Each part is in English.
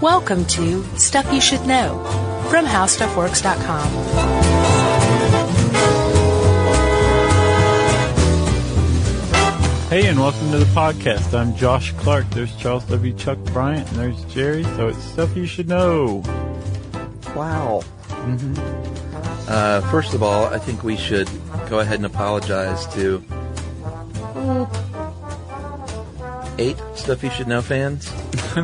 Welcome to Stuff You Should Know from HowStuffWorks.com. Hey, and welcome to the podcast. I'm Josh Clark. There's Charles W. Chuck Bryant, and there's Jerry. So it's stuff you should know. Wow. Uh, first of all, I think we should go ahead and apologize to eight Stuff You Should Know fans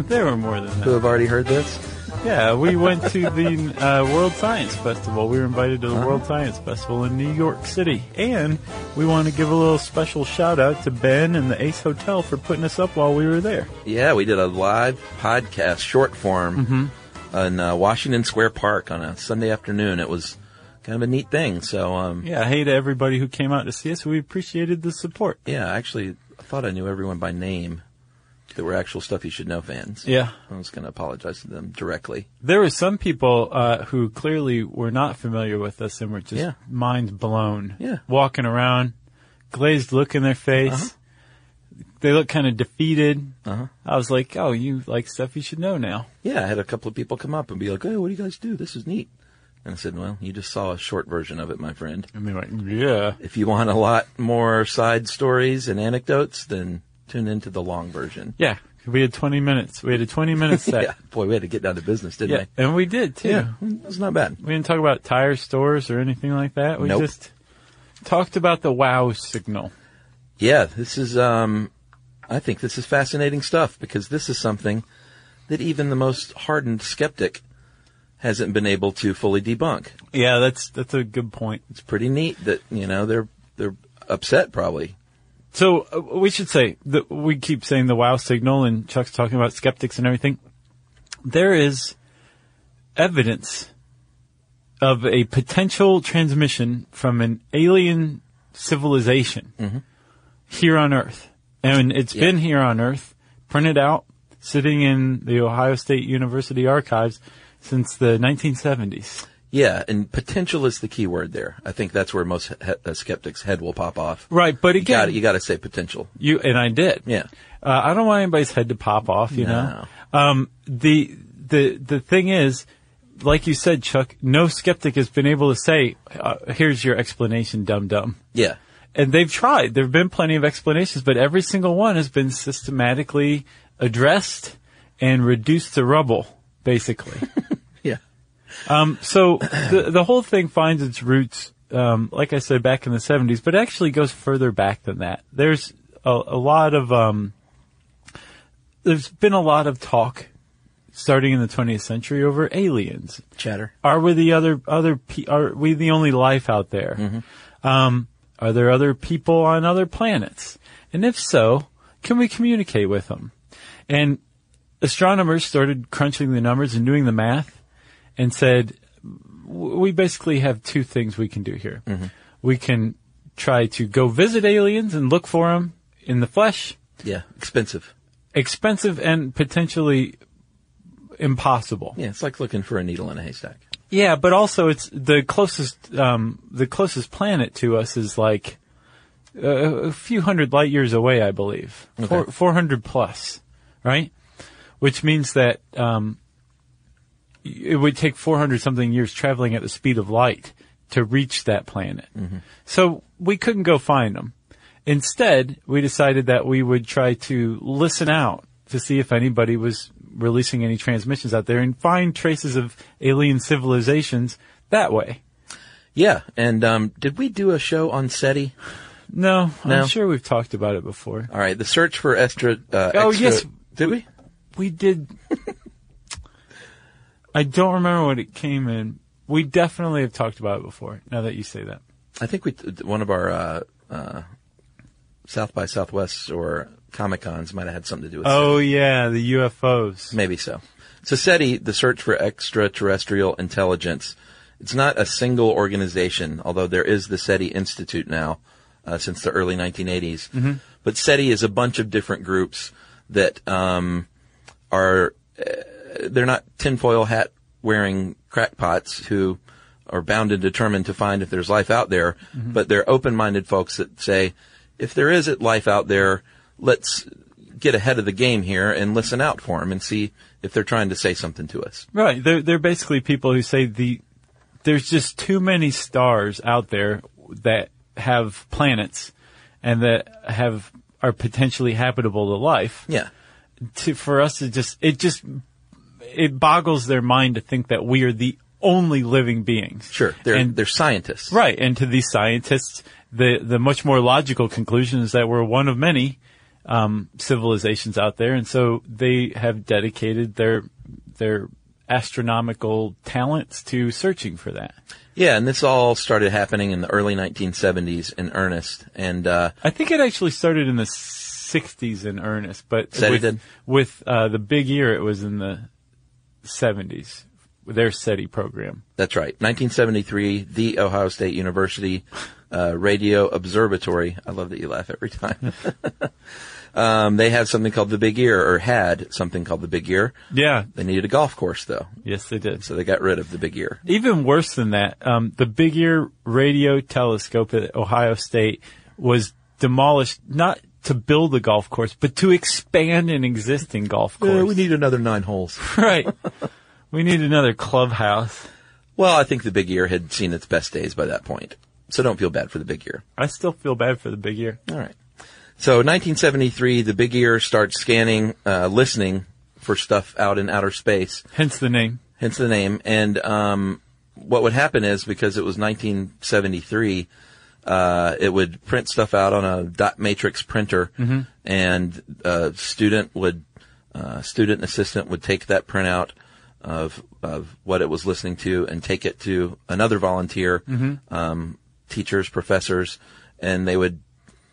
there were more than who that. have already heard this. Yeah, we went to the uh, World Science Festival. We were invited to the World Science Festival in New York City, and we want to give a little special shout out to Ben and the Ace Hotel for putting us up while we were there. Yeah, we did a live podcast, short form, in uh, Washington Square Park on a Sunday afternoon. It was kind of a neat thing. So, um, Yeah, hey to everybody who came out to see us. We appreciated the support. yeah, actually, I thought I knew everyone by name that were actual Stuff You Should Know fans. Yeah, I was going to apologize to them directly. There were some people uh, who clearly were not familiar with us and were just Yeah. mind blown. Yeah. Walking around, glazed look in their face. They look kind of defeated. Uh-huh. I was like, oh, you like stuff you should know now. Yeah, I had a couple of people come up and be like, "Hey, what do you guys do? This is neat." And I said, "Well, you just saw a short version of it, my friend. And they were like, yeah. If you want a lot more side stories and anecdotes, then tune into the long version." Yeah. We had 20 minutes. We had a 20 minute set. Yeah, boy, we had to get down to business, didn't Yeah, And we did too. we? Mm, it's not bad. We didn't talk about tire stores or anything like that. We Nope. just talked about the wow signal. Yeah, this is. Um, I think this is fascinating stuff because this is something that even the most hardened skeptic hasn't been able to fully debunk. Yeah, that's, that's a good point. It's pretty neat that you know they're they're upset probably. So uh, we should say that we keep saying the wow signal and Chuck's talking about skeptics and everything. There is evidence of a potential transmission from an alien civilization here on Earth. And it's Yeah. been here on Earth, printed out, sitting in the Ohio State University archives since the 1970s. Yeah, and potential is the key word there. I think that's where most he- uh, skeptics' head will pop off. Right, but You got again, to you got to say potential. You and I did. Yeah. Uh, I don't want anybody's head to pop off. You No. know. Um, the the the thing is, like you said, Chuck, no skeptic has been able to say, uh, "Here's your explanation, dum dum." Yeah, And they've tried. There have been plenty of explanations, but every single one has been systematically addressed and reduced to rubble, basically. yeah, So the the whole thing finds its roots, um, like I said, back in the '70s, but actually goes further back than that. There's a, a lot of um, there's been a lot of talk starting in the 20th century over aliens. chatter. Are we the other other pe- are we the only life out there? Um, are there other people on other planets? And if so, can we communicate with them? And astronomers started crunching the numbers and doing the math and said, w- we basically have two things we can do here. We can try to go visit aliens and look for them in the flesh, Yeah, expensive. expensive and potentially impossible. Yeah, it's like looking for a needle in a haystack. Yeah, but also it's the closest um, the closest planet to us is like a, a few hundred light years away, I believe, Four, Okay. four hundred plus, right? Which means that um, y- it would take four hundred something years traveling at the speed of light to reach that planet. So we couldn't go find them. Instead, we decided that we would try to listen out to see if anybody was releasing any transmissions out there and find traces of alien civilizations that way. Yeah, and um, did we do a show on SETI? No, No. I'm sure we've talked about it before. All right, the search for extra. Uh, Oh, extra- yes. did we? We did. I don't remember what it came in. We definitely have talked about it before, now that you say that. I think we t- one of our uh, uh, South by Southwest or Comic Cons might have had something to do with. Oh, yeah, the UFOs. Maybe so. So SETI, the search for extraterrestrial intelligence, it's not a single organization, although there is the SETI Institute now uh, since the early 1980s. But SETI is a bunch of different groups that um, are uh, they're not tinfoil hat wearing crackpots who are bound and determined to find if there's life out there, Mm-hmm. but they're open minded folks that say if there is life out there, let's get ahead of the game here and listen out for them and see if they're trying to say something to us. Right. They're they're basically people who say the there's just too many stars out there that have planets and that have are potentially habitable to life. Yeah. To for us to just it just it boggles their mind to think that we are the only living beings. Sure. They're, and, they're scientists. right. And to these scientists, the the much more logical conclusion is that we're one of many um, civilizations out there, and so they have dedicated their their astronomical talents to searching for that. Yeah. And this all started happening in the early 1970s in earnest. And, uh, I think it actually started in the 60s in earnest, but Said it with, did. with uh, the big year, it was in the 70s. Their SETI program. That's right. 1973, the Ohio State University uh, Radio Observatory. I love that you laugh every time. um, they had something called the Big Ear, or had something called the Big Ear. Yeah. They needed a golf course, though, Yes, they did. so they got rid of the Big Ear. Even worse than that, um, the Big Ear Radio Telescope at Ohio State was demolished not to build a golf course, but to expand an existing golf course. we need another nine holes. right. We need another clubhouse. Well, I think the Big Ear had seen its best days by that point, so don't feel bad for the Big Ear. I still feel bad for the Big Ear. All right. So 1973, the Big Ear starts scanning, uh, listening for stuff out in outer space. Hence the name. hence the name. And um, what would happen is because it was 1973, uh, it would print stuff out on a dot matrix printer, and a student would, uh, student assistant would take that printout of of what it was listening to and take it to another volunteer, um, teachers, professors, and they would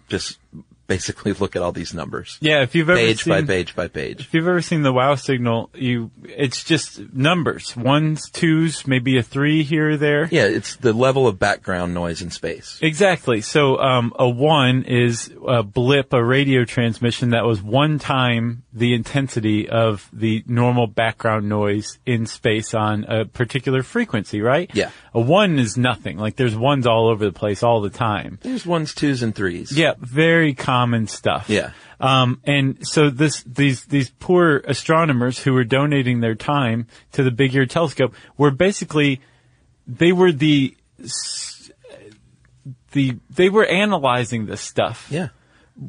just basically look at all these numbers. Yeah, if you've ever Page by seen- page by page. If you've ever seen the wow signal, you it's just numbers, ones, twos, maybe a three here or there. Yeah, it's the level of background noise in space. Exactly. So um, a one is a blip, a radio transmission that was one time the intensity of the normal background noise in space on a particular frequency, right? Yeah. A one is nothing. Like there's ones all over the place all the time. There's ones, twos, and threes. Yeah, very common stuff. Yeah. Um, and so this, these, these poor astronomers who were donating their time to the Big Ear Telescope were basically, they were the, s- the, they were analyzing this stuff Yeah.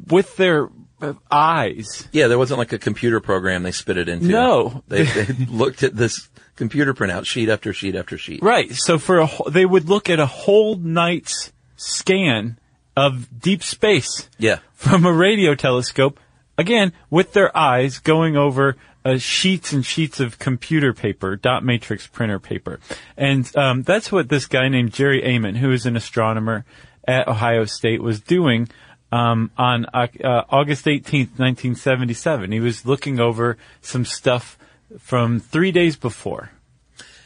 with their uh, eyes. Yeah, there wasn't like a computer program they spit it into. No. They, they looked at this computer printout sheet after sheet after sheet. Right. So for a, wh- they would look at a whole night's scan of deep space. Yeah. from a radio telescope, again, with their eyes going over uh, sheets and sheets of computer paper, dot matrix printer paper. And um, that's what this guy named Jerry Amon, who is an astronomer at Ohio State, was doing um, on uh, uh, August 18th, 1977. He was looking over some stuff from three days before.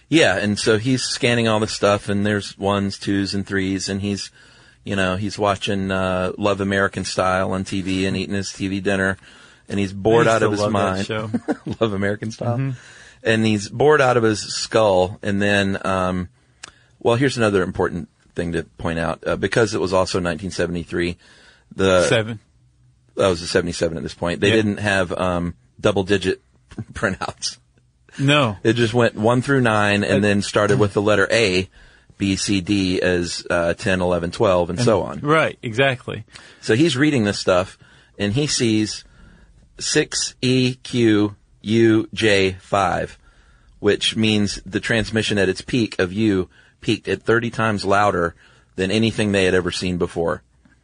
Yeah, and so he's scanning all this stuff and there's ones, twos, and threes and he's, you know, he's watching, uh, Love American Style on TV and eating his TV dinner and he's bored I used out of to his love that mind. show. Mm-hmm. Love American Style. And he's bored out of his skull and then, um, well, here's another important thing to point out, uh, because it was also 1973, the, Seven. that was the 77 at this point. They Yeah. didn't have um, double digit printouts. No. It just went 1 through 9 and then started with the letter A, B, C, D as uh, 10, 11, 12, and, so on. Right, exactly. So he's reading this stuff and he sees 6 E Q U J 5, which means the transmission at its peak of U peaked at 30 times louder than anything they had ever seen before.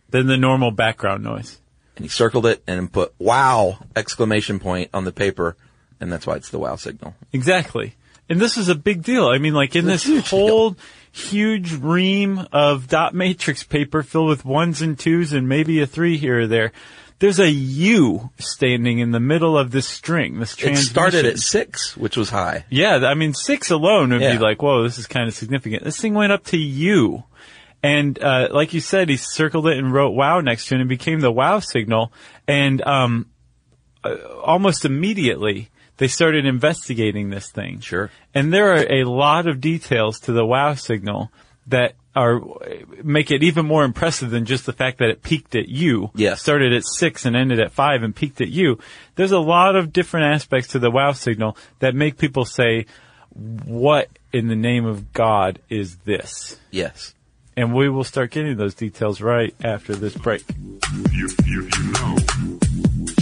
Then the normal background noise. and he circled it and put wow exclamation point on the paper and that's why it's the wow signal Exactly. And this is a big deal. I mean, like in this It's a huge whole huge ream of dot matrix paper filled with ones and twos and maybe a three here or there, there's a U standing in the middle of this string, this it transmission. started at six which was high Yeah, I mean, six alone would Yeah. be like, whoa, this is kind of significant. This thing went up to U. And, uh, like you said, he circled it and wrote wow next to it and it became the wow signal. And, um, uh, almost immediately, they started investigating this thing. Sure. And there are a lot of details to the wow signal that or make it even more impressive than just the fact that it peaked at you. Yes. Started at six and ended at five and peaked at you. There's a lot of different aspects to the wow signal that make people say, what in the name of God is this? Yes. And we will start getting those details right after this break. You, you, you know.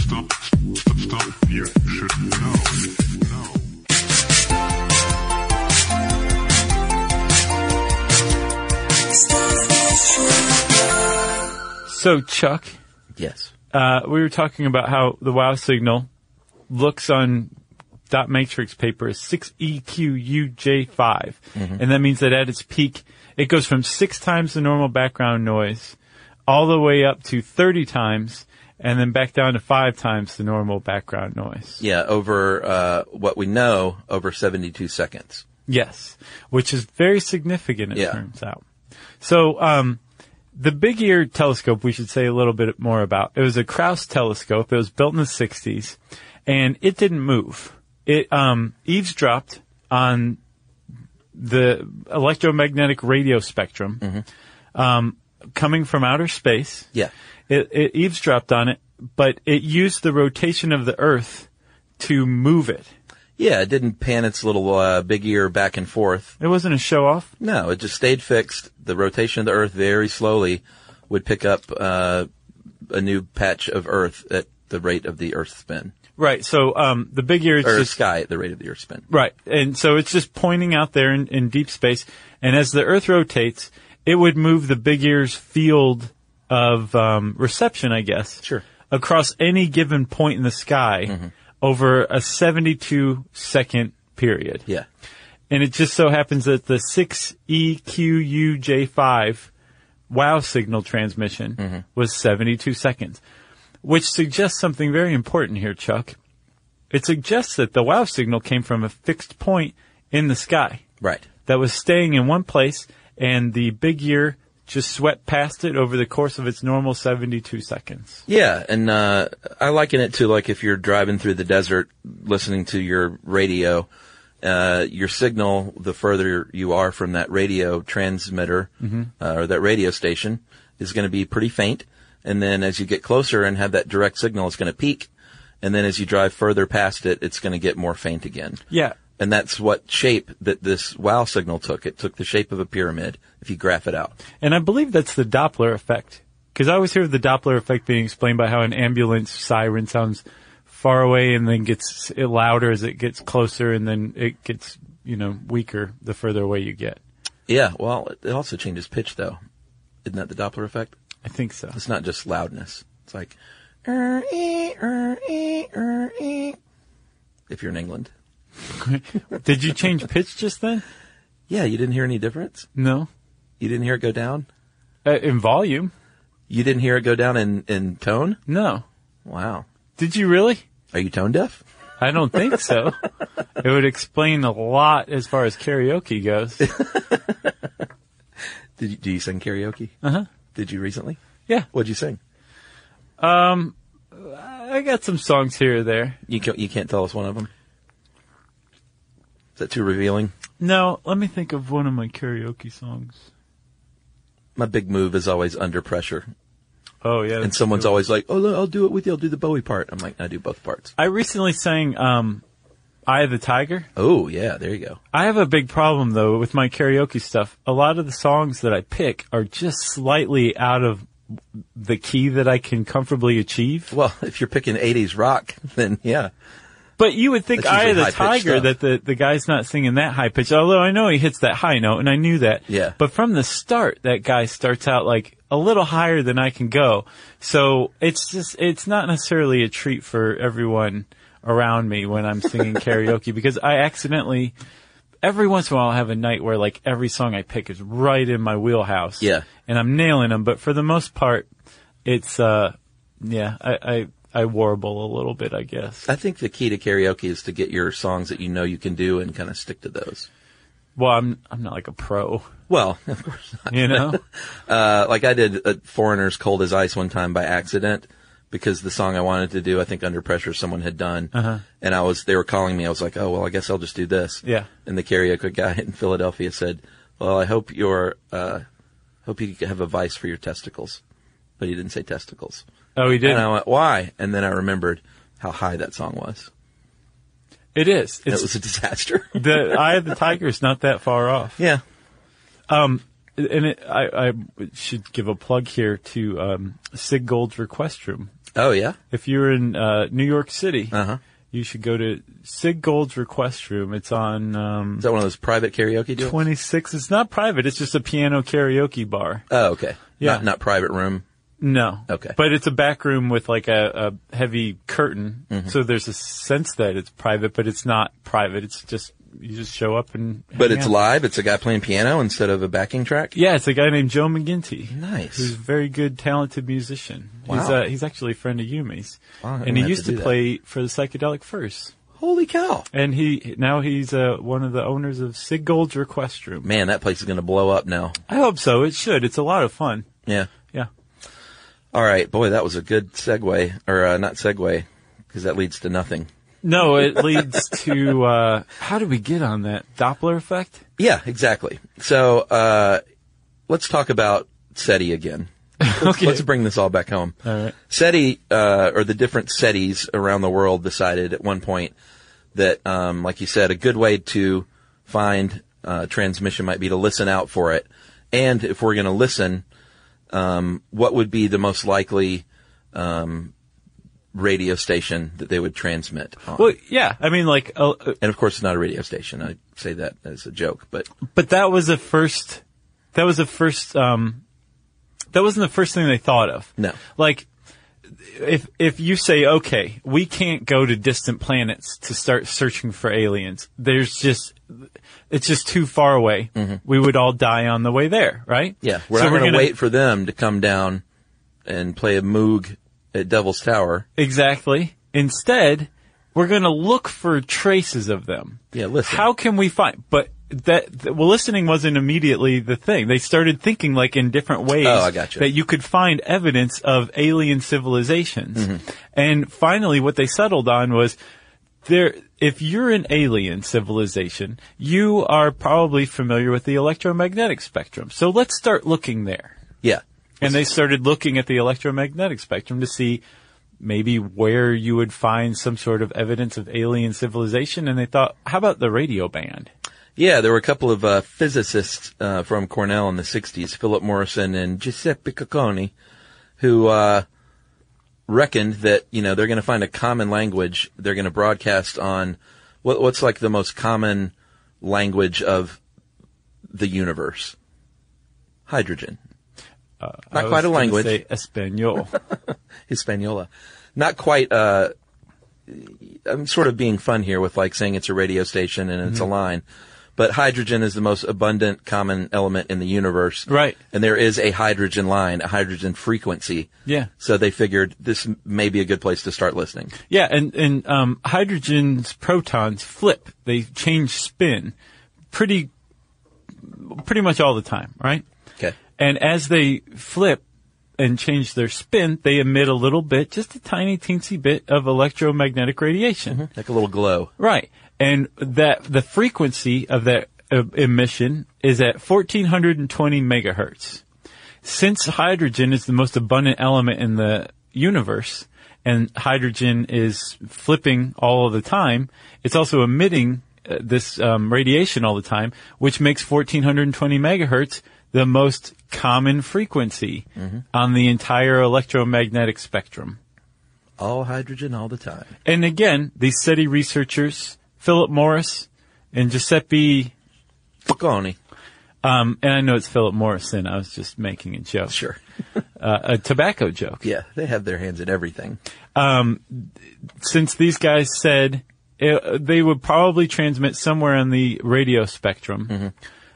Stop, stop, stop. You should know. know. So Chuck, Yes. uh, we were talking about how the wow signal looks on dot matrix paper is E 6EQUJ5. And that means that at its peak, it goes from six times the normal background noise all the way up to 30 times and then back down to five times the normal background noise. Yeah, over uh, what we know, over 72 seconds. Yes, which is very significant, it Yeah. turns out. So, um, the Big Ear telescope, we should say a little bit more about. It was a Krauss telescope. It was built in the 60s, and it didn't move. It um, eavesdropped on the electromagnetic radio spectrum um, coming from outer space. Mm-hmm. Yeah. It, it eavesdropped on it, but it used the rotation of the Earth to move it. Yeah, it didn't pan its little uh, big ear back and forth. It wasn't a show off. No, it just stayed fixed. The rotation of the Earth very slowly would pick up uh, a new patch of Earth at the rate of the Earth's spin, Right. So um, the big ear is or just sky at the rate of the Earth's spin. right, and so it's just pointing out there in, in deep space. And as the Earth rotates, it would move the big ear's field of um, reception, I guess, Sure. across any given point in the sky over a 72 second period. Yeah. And it just so happens that the E 6EQUJ5 wow signal transmission was 72 seconds, which suggests something very important here, Chuck. It suggests that the wow signal came from a fixed point in the sky Right. that was staying in one place, and the big ear just swept past it over the course of its normal 72 seconds. Yeah, and uh, I liken it to like if you're driving through the desert, listening to your radio. Uh, your signal, the further you are from that radio transmitter uh, or that radio station, is going to be pretty faint. And then as you get closer and have that direct signal, it's going to peak. And then as you drive further past it, it's going to get more faint again. Yeah. And that's what shape that this wow signal took. It took the shape of a pyramid. If you graph it out, And I believe that's the Doppler effect. Because I always hear of the Doppler effect being explained by how an ambulance siren sounds far away and then gets louder as it gets closer and then it gets, you know, weaker the further away you get. yeah. Well, it also changes pitch though. Isn't that the Doppler effect? I think so. It's not just loudness. It's like, "Er, eh, er, eh, er, eh," if you're in England. Did you change pitch just then? Yeah, you didn't hear any difference. No. You didn't hear it go down. Uh, in volume? You didn't hear it go down in, in tone. No. Wow. Did you really? Are you tone deaf? I don't think so. it would explain a lot as far as karaoke goes. Did you, do you sing karaoke? Uh huh. Did you recently? Yeah. What'd you sing? I got some songs here or there. You can't, you can't tell us one of them. Is that too revealing? No, let me think of one of my karaoke songs. My big move is always under pressure. Oh yeah. And someone's always like, oh, look, I'll do it with you. I'll do the Bowie part. I'm like, I do both parts. I recently sang um, "Eye of the Tiger." Oh, yeah. There you go. I have a big problem though with my karaoke stuff. A lot of the songs that I pick are just slightly out of the key that I can comfortably achieve. Well, if you're picking 80s rock, then yeah. But you would think That's "Eye of usually the high-pitched Tiger" stuff. that the the guy's not singing that high pitch. Although I know he hits that high note, and I knew that. Yeah. But from the start, that guy starts out like a little higher than I can go. So it's just it's not necessarily a treat for everyone around me when I'm singing karaoke because I accidentally every once in a while I have a night where like every song I pick is right in my wheelhouse. Yeah. And I'm nailing them, but for the most part, it's uh, yeah, I I, I warble a little bit, I guess. I think the key to karaoke is to get your songs that you know you can do and kind of stick to those. Well, I'm I'm not like a pro, Well, of course not. you know. Uh, like I did uh, Foreigner's Cold as Ice one time by accident because the song I wanted to do, I think Under Pressure someone had done. Uh-huh. And I was, they were calling me. I was like, oh, well, I guess I'll just do this. Yeah. And the karaoke guy in Philadelphia said, well, I hope your, uh, hope you have a vice for your testicles. But he didn't say testicles. Oh, he And I didn't. went, why? And then I remembered how high that song was. It is. It It's was a disaster. the Eye of the Tiger is not that far off. yeah. And it, I, I should give a plug here to um, Sig Gold's Request Room. Oh yeah. If you're in uh, New York City, Uh-huh. you should go to Sig Gold's Request Room. It's on um, Is that one of those private karaoke deals? 26. It's not private. It's just a piano karaoke bar. Oh, okay. Yeah. Not, not private room. No. Okay. But it's a back room with like a, a heavy curtain. So there's a sense that it's private, but it's not private. It's just, you just show up and. But hang it's out. live. It's a guy playing piano instead of a backing track. Yeah, it's a guy named Joe McGinty. Nice. Who's a very good, talented musician. He's, Wow. uh, he's actually a friend of Yumi's. Wow, I'm and gonna he have used to, to do that. play for the Psychedelic Furs. Holy cow. And he, now he's, uh, one of the owners of Sig Gold's Request Room. Man, that place is going to blow up now. I hope so. It should. It's a lot of fun. Yeah. Yeah. All right. Boy, that was a good segue or uh, not segue because that leads to nothing. No, it leads to, uh, how did we get on that? Doppler effect? Yeah, exactly. So, uh, let's talk about SETI again. Let's, Okay. let's bring this all back home. All right. SETI, uh, or the different SETIs around the world decided at one point that, um, like you said, a good way to find, uh, transmission might be to listen out for it. And if we're going to listen, um, what would be the most likely, um, radio station that they would transmit on? Well, yeah. I mean, like, uh, uh, and of course, it's not a radio station. I say that as a joke, but but that was the first, that was the first, um, that wasn't the first thing they thought of. No. Like, if, if you say, okay, we can't go to distant planets to start searching for aliens, there's just, it's just too far away. We would all die on the way there, right? Mm-hmm. Yeah, we're So not going gonna- to wait for them to come down and play a moog at Devil's Tower. Exactly. Instead, we're going to look for traces of them. Yeah, listen. How can we find? But that th- well, listening wasn't immediately the thing. They started thinking like in different ways. Oh, I gotcha. That you could find evidence of alien civilizations, Mm-hmm. and finally, what they settled on was there. If you're an alien civilization, you are probably familiar with the electromagnetic spectrum. So let's start looking there. Yeah, And they started looking at the electromagnetic spectrum to see maybe where you would find some sort of evidence of alien civilization. And they thought, how about the radio band? yeah. There were a couple of uh, physicists uh, from Cornell in the '60s, Philip Morrison and Giuseppe Cocconi, who uh, reckoned that you know they're going to find a common language. They're going to broadcast on what, what's like the most common language of the universe: hydrogen. I Not was quite a gonna language. Say Espanol. Hispaniola. Not quite, uh, I'm sort of being fun here with like saying it's a radio station and it's a line, but hydrogen is the most abundant common element in the universe. Right. And there is a hydrogen line, a hydrogen frequency. Yeah. So they figured this m- may be a good place to start listening. yeah. And, and, um, hydrogen's protons flip. They change spin pretty, pretty much all the time, right? Okay. And as they flip and change their spin, they emit a little bit, just a tiny teensy bit of electromagnetic radiation. Like a little glow. Right. And that the frequency of that uh, emission is at 1420 megahertz. Since hydrogen is the most abundant element in the universe and hydrogen is flipping all of the time, it's also emitting uh, this um, radiation all the time, which makes 1420 megahertz the most common frequency on the entire electromagnetic spectrum. All hydrogen all the time. And again, these SETI researchers, Philip Morris and Giuseppe, Bocconi. um, and I know it's Philip Morrison. I was just making a joke, Sure. uh, a tobacco joke. Yeah. They have their hands in everything. um, Since these guys said uh they would probably transmit somewhere on the radio spectrum,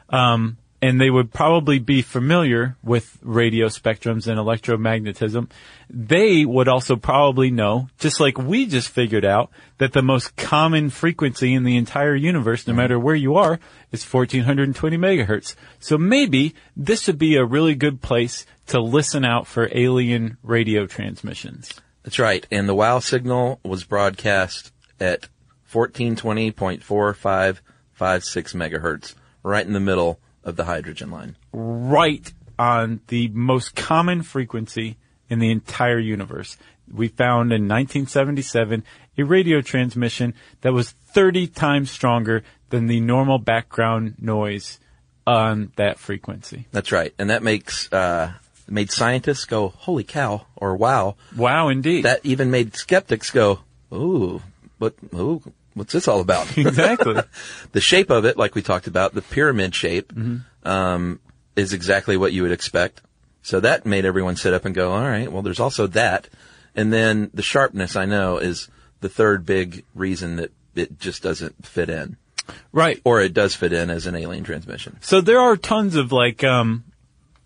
um, and they would probably be familiar with radio spectrums and electromagnetism, they would also probably know, just like we just figured out, that the most common frequency in the entire universe, no matter where you are, is 1420 megahertz. So maybe this would be a really good place to listen out for alien radio transmissions. That's right. And the WOW signal was broadcast at 1420.4556 megahertz, right in the middle of the hydrogen line. right on the most common frequency in the entire universe. We found in 1977 a radio transmission that was 30 times stronger than the normal background noise on that frequency. That's right. And that makes, uh, made scientists go, holy cow, or wow. Wow, indeed. That even made skeptics go, ooh, what, ooh, what's this all about? exactly. the shape of it, like we talked about, the pyramid shape, um, is exactly what you would expect. So that made everyone sit up and go, all right, well, there's also that. And then the sharpness, I know, is the third big reason that it just doesn't fit in. Right. Or it does fit in as an alien transmission. So there are tons of like um,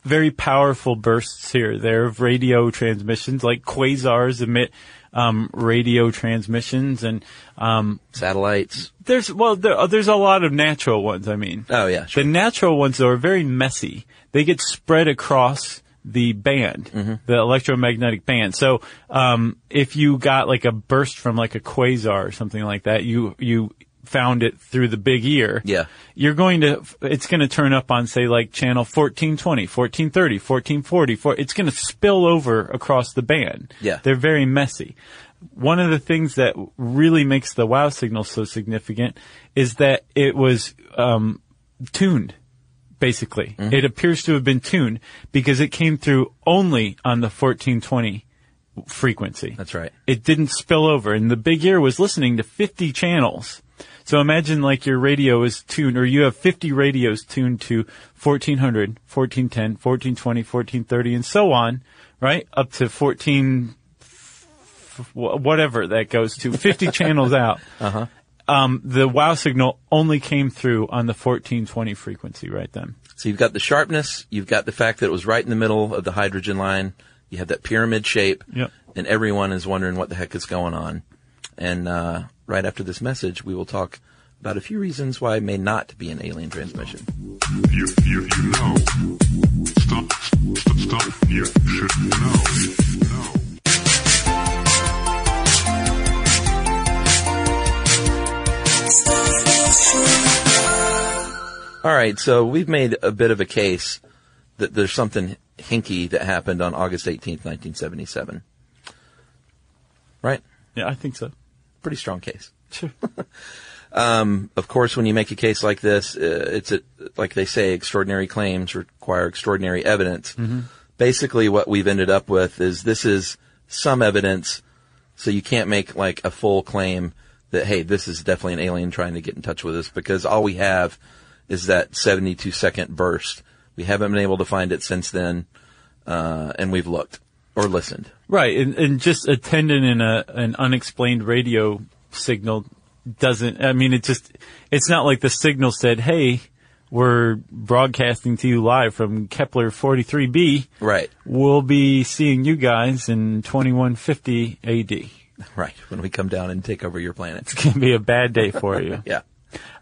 very powerful bursts here. There of radio transmissions, like quasars emit um, radio transmissions, and um, Satellites. there's well, there, uh, there's a lot of natural ones. I mean, Oh, yeah, sure. the natural ones though, are very messy. They get spread across the band, Mm-hmm. the electromagnetic band. So um, if you got like a burst from like a quasar or something like that, you you found it through the big ear. Yeah. You're going to, it's going to turn up on say like channel 1420, 1430, 1440. For, it's going to spill over across the band. Yeah. They're very messy. One of the things that really makes the wow signal so significant is that it was um, tuned, basically. It appears to have been tuned because it came through only on the 1420 frequency. That's right. It didn't spill over, and the big ear was listening to 50 channels. So imagine like your radio is tuned, or you have 50 radios tuned to 1400, 1410, 1420, 1430, and so on, right? Up to 14, f- wh- whatever that goes to, 50 channels out. Uh-huh. Um, the wow signal only came through on the 1420 frequency right then. So you've got the sharpness, you've got the fact that it was right in the middle of the hydrogen line, you have that pyramid shape, Yep. and everyone is wondering what the heck is going on. And uh, right after this message, we will talk about a few reasons why it may not be an alien transmission. You, you, you know. Stop, stop, stop. You should know. know. All right, so we've made a bit of a case that there's something hinky that happened on August 18th, 1977. Right? Yeah, I think so. Pretty strong case. Um, Sure. of course, when you make a case like this, uh, it's a, like they say, extraordinary claims require extraordinary evidence. Basically, what we've ended up with is this is some evidence, so you can't make like a full claim that hey, this is definitely an alien trying to get in touch with us because all we have is that 72 second burst. We haven't been able to find it since then, uh, and we've looked or listened. Right, and, and just attending in a an unexplained radio signal doesn't. I mean, it just it's not like the signal said, "Hey, we're broadcasting to you live from Kepler 43b. Right, We'll be seeing you guys in 2150 AD. It's right. When we come down and take over your planet. gonna be a bad day for you." Yeah.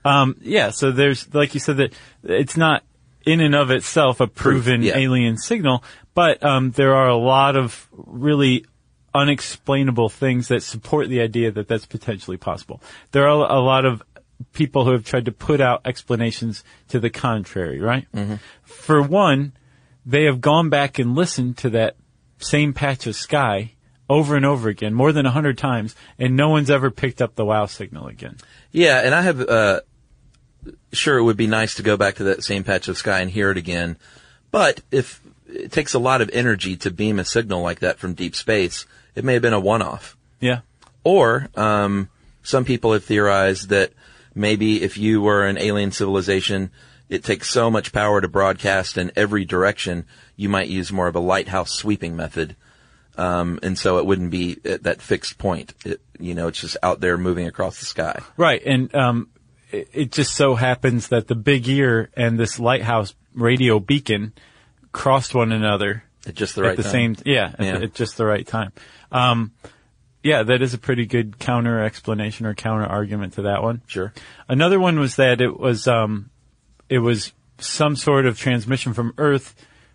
Um, yeah, so there's, like you said, that it's not in and of itself a proven yeah. alien signal, but um, there are a lot of really unexplainable things that support the idea that that's potentially possible. There are a lot of people who have tried to put out explanations to the contrary, right? For one, they have gone back and listened to that same patch of sky over and over again, more than a hundred times, and no one's ever picked up the wow signal again. Yeah, and I have, uh, sure, it would be nice to go back to that same patch of sky and hear it again. But if it takes a lot of energy to beam a signal like that from deep space, it may have been a one off. Yeah. Or, um, some people have theorized that maybe if you were an alien civilization, it takes so much power to broadcast in every direction, you might use more of a lighthouse sweeping method. Um, and so it wouldn't be at that fixed point. It, you know, it's just out there moving across the sky. Right, and um, it, it just so happens that the big ear and this lighthouse radio beacon crossed one another At just the right at the time. same yeah, Yeah. At, at just the right time. Um, yeah, that is a pretty good counter explanation or counter argument to that one. Sure. Another one was that it was um, it was some sort of transmission from Earth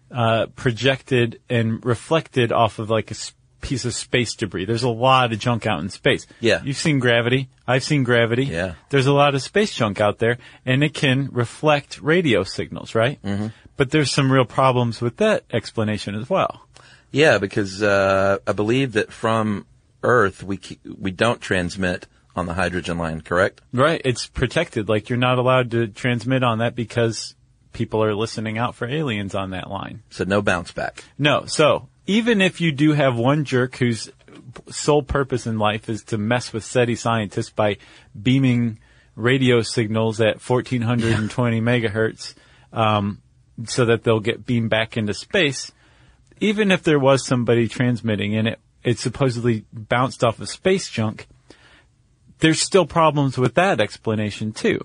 uh, projected and reflected off of like a s- piece of space debris. There's a lot of junk out in space. Yeah. You've seen gravity. I've seen gravity. Yeah. There's a lot of space junk out there and it can reflect radio signals, right? Mm-hmm. But there's some real problems with that explanation as well. Yeah, because uh, I believe that from Earth we ke- we don't transmit on the hydrogen line, correct? Right. It's protected. Like you're not allowed to transmit on that because people are listening out for aliens on that line. So no bounce back. No. So even if you do have one jerk whose sole purpose in life is to mess with SETI scientists by beaming radio signals at 1420 megahertz, um, so that they'll get beamed back into space, even if there was somebody transmitting and it, it supposedly bounced off of space junk, there's still problems with that explanation too.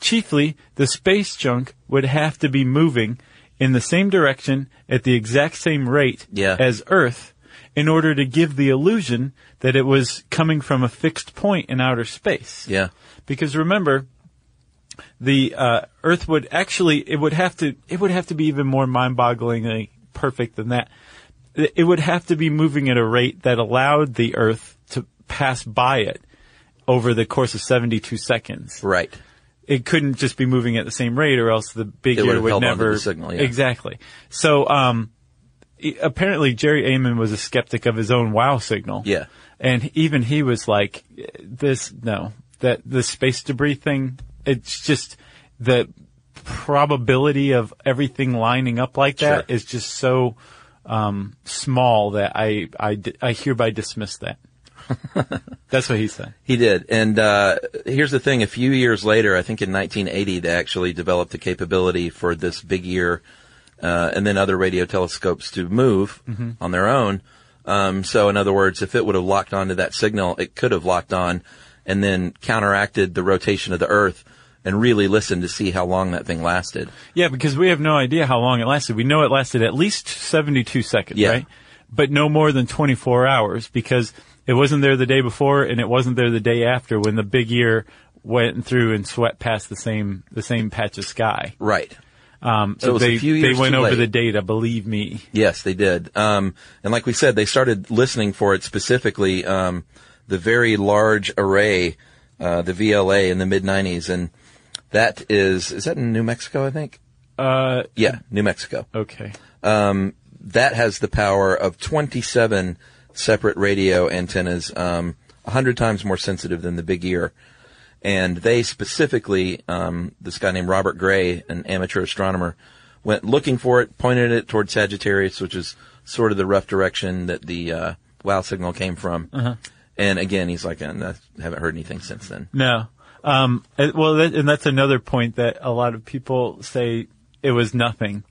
Chiefly, the space junk would have to be moving in the same direction at the exact same rate Yeah. as Earth in order to give the illusion that it was coming from a fixed point in outer space. Yeah. Because remember, the uh, Earth would actually it would have to it would have to be even more mind-bogglingly perfect than that. It it would have to be moving at a rate that allowed the Earth to pass by it over the course of 72 seconds. Right. It couldn't just be moving at the same rate, or else the big It would ear have would held onto never the signal, yeah. exactly. So um, e- apparently, Jerry Amon was a skeptic of his own wow signal. Yeah. And even he was like, this, no, that the space debris thing, it's just the probability of everything lining up like that Sure. is just so um, small that I, I, d- I hereby dismiss that. That's what he said. He did. And uh, here's the thing: a few years later, I think in 1980, they actually developed the capability for this big ear, uh, and then other radio telescopes to move on their own. Um, so, in other words, if it would have locked onto that signal, it could have locked on, and then counteracted the rotation of the Earth, and really listened to see how long that thing lasted. Yeah, because we have no idea how long it lasted. We know it lasted at least 72 seconds, Yeah. right? But no more than 24 hours because it wasn't there the day before and it wasn't there the day after when the big year went through and swept past the same, the same patch of sky. Right. Um, So it was a they, few years they went too over late. the data, believe me. Yes, they did. Um, and like we said, they started listening for it specifically, um, the very large array, uh, the VLA in the mid 90s. And that is, is that in New Mexico, I think? Uh, Yeah, New Mexico. okay. That has the power of 27 separate radio antennas, um, 100 times more sensitive than the big ear. And they specifically, um, this guy named Robert Gray, an amateur astronomer, went looking for it, pointed it toward Sagittarius, which is sort of the rough direction that the uh, wow signal came from. And again, he's like, "And I haven't heard anything since then. No. Um, and- well, that, and that's another point that a lot of people say it was nothing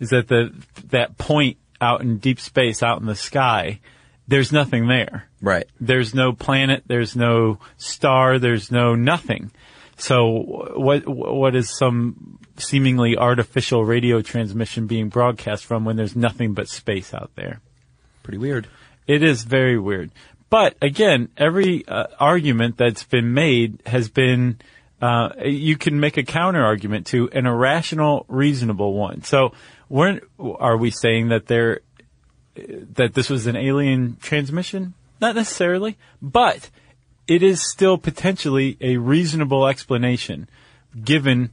is that the, that point out in deep space, out in the sky, there's nothing there. Right. There's no planet. There's no star. There's no nothing. So what, what is some seemingly artificial radio transmission being broadcast from when there's nothing but space out there? Pretty weird. It is very weird. But again, every uh, argument that's been made has been uh, you can make a counter argument to an irrational, reasonable one. So, we're, are we saying that there that this was an alien transmission? Not necessarily, but it is still potentially a reasonable explanation given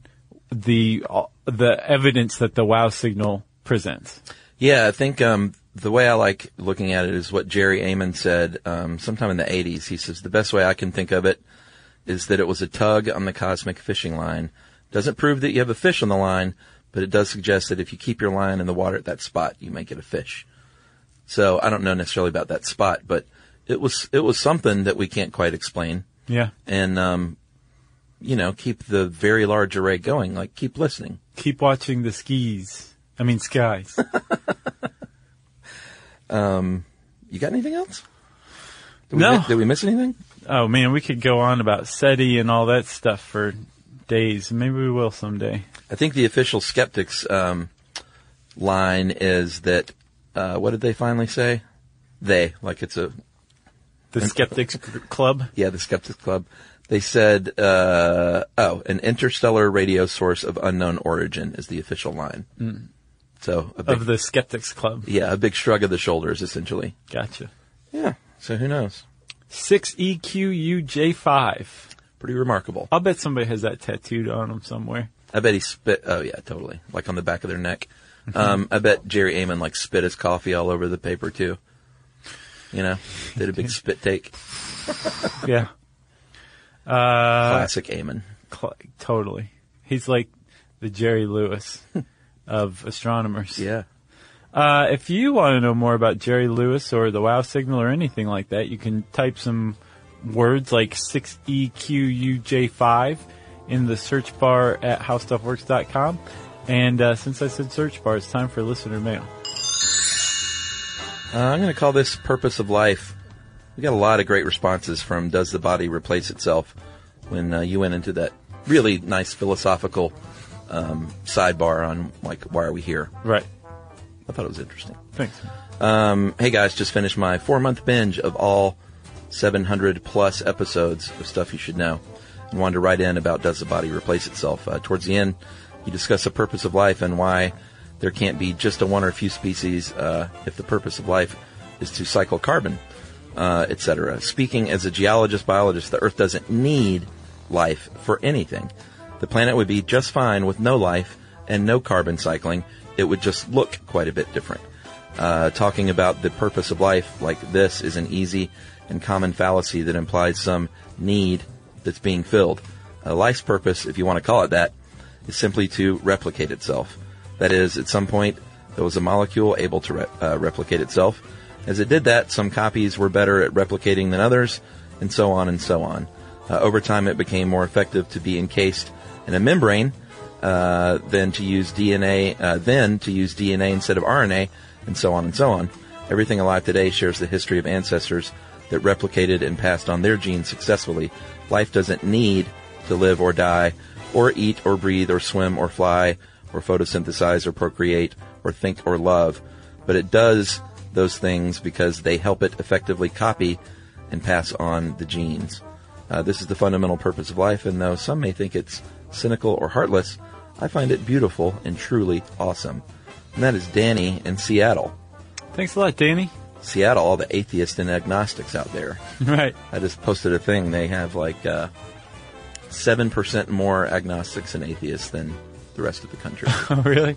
the uh, the evidence that the wow signal presents. Yeah, I think um, the way I like looking at it is what Jerry Amon said um, sometime in the 80s. He says, The best way I can think of it is that it was a tug on the cosmic fishing line. Doesn't prove that you have a fish on the line, but it does suggest that if you keep your line in the water at that spot, you may get a fish. So I don't know necessarily about that spot, but it was it was something that we can't quite explain. Yeah. And um, you know, keep the very large array going. Like keep listening. keep watching the skis. I mean skies. You got anything else? Did No. We, mi- did we miss anything? oh man, we could go on about SETI and all that stuff for days. Maybe we will someday. I think the official skeptics um, line is that uh, what did they finally say? They like it's a The Skeptics Club. yeah the skeptics club. They said uh, oh an interstellar radio source of unknown origin is the official line. So a big, Of the Skeptics Club. yeah a big shrug of the shoulders essentially. Gotcha. E Yeah. So who knows? 6EQUJ5. Pretty remarkable. I'll bet somebody has that tattooed on them somewhere. I bet he spit. Oh yeah, totally. Like on the back of their neck. Um, I bet Jerry Amon like spit his coffee all over the paper too. You know, did a big spit take. Yeah. Classic Amon. Cl- totally. He's like the Jerry Lewis of astronomers. Yeah. Uh, if you want to know more about Jerry Lewis or the Wow signal or anything like that, you can type some words like E 6EQUJ5 in the search bar at howstuffworks.com. And uh, since I said search bar, it's time for listener mail. Uh, I'm going to call this purpose of life. We got a lot of great responses from "Does the body replace itself?" When uh, you went into that really nice philosophical um, sidebar on like why are we here? Right. I thought it was interesting. Thanks. Um, hey guys, just finished my four month binge of all 700 plus episodes of stuff you should know, and wanted to write in about does the body replace itself. Uh, towards the end, you discuss the purpose of life and why there can't be just a one or a few species uh, if the purpose of life is to cycle carbon, uh, etc. Speaking as a geologist biologist, the Earth doesn't need life for anything. The planet would be just fine with no life and no carbon cycling. It would just look quite a bit different uh, talking about the purpose of life like this is an easy and common fallacy that implies some need that's being filled. Uh, life's purpose, if you want to call it that, is simply to replicate itself. That is, at some point, there was a molecule able to re- uh, replicate itself. As it did that, some copies were better at replicating than others, and so on and so on. Uh, over time, it became more effective to be encased in a membrane uh, than to use DNA, uh, then to use DNA instead of RNA, and so on and so on. Everything alive today shares the history of ancestors that replicated and passed on their genes successfully. Life doesn't need to live or die, or eat or breathe or swim or fly or photosynthesize or procreate or think or love, but it does those things because they help it effectively copy and pass on the genes. Uh, this is the fundamental purpose of life, and though some may think it's cynical or heartless, I find it beautiful and truly awesome. And that is Danny in Seattle. Thanks a lot, Danny. Seattle, all the atheists and agnostics out there. right. I just posted a thing. They have like uh, 7% more agnostics and atheists than the rest of the country. Oh, really?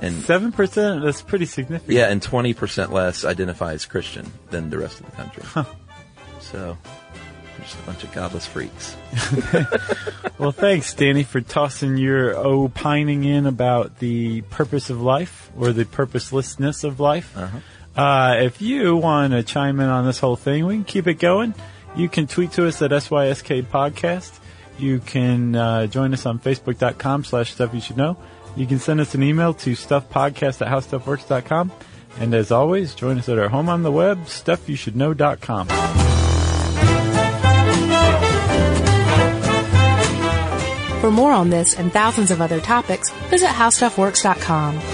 And 7%? That's pretty significant. yeah, and 20% less identify as Christian than the rest of the country. So, just a bunch of godless freaks. Well, thanks, Danny, for tossing your opining in about the purpose of life or the purposelessness of life. uh if you want to chime in on this whole thing, we can keep it going. You can tweet to us at SYSK Podcast. You can uh, join us on Facebook.com slash Stuff You Should Know. You can send us an email to stuffpodcast at howstuffworks.com. And as always, join us at our home on the web, stuffyoushouldknow.com. For more on this and thousands of other topics, visit howstuffworks.com.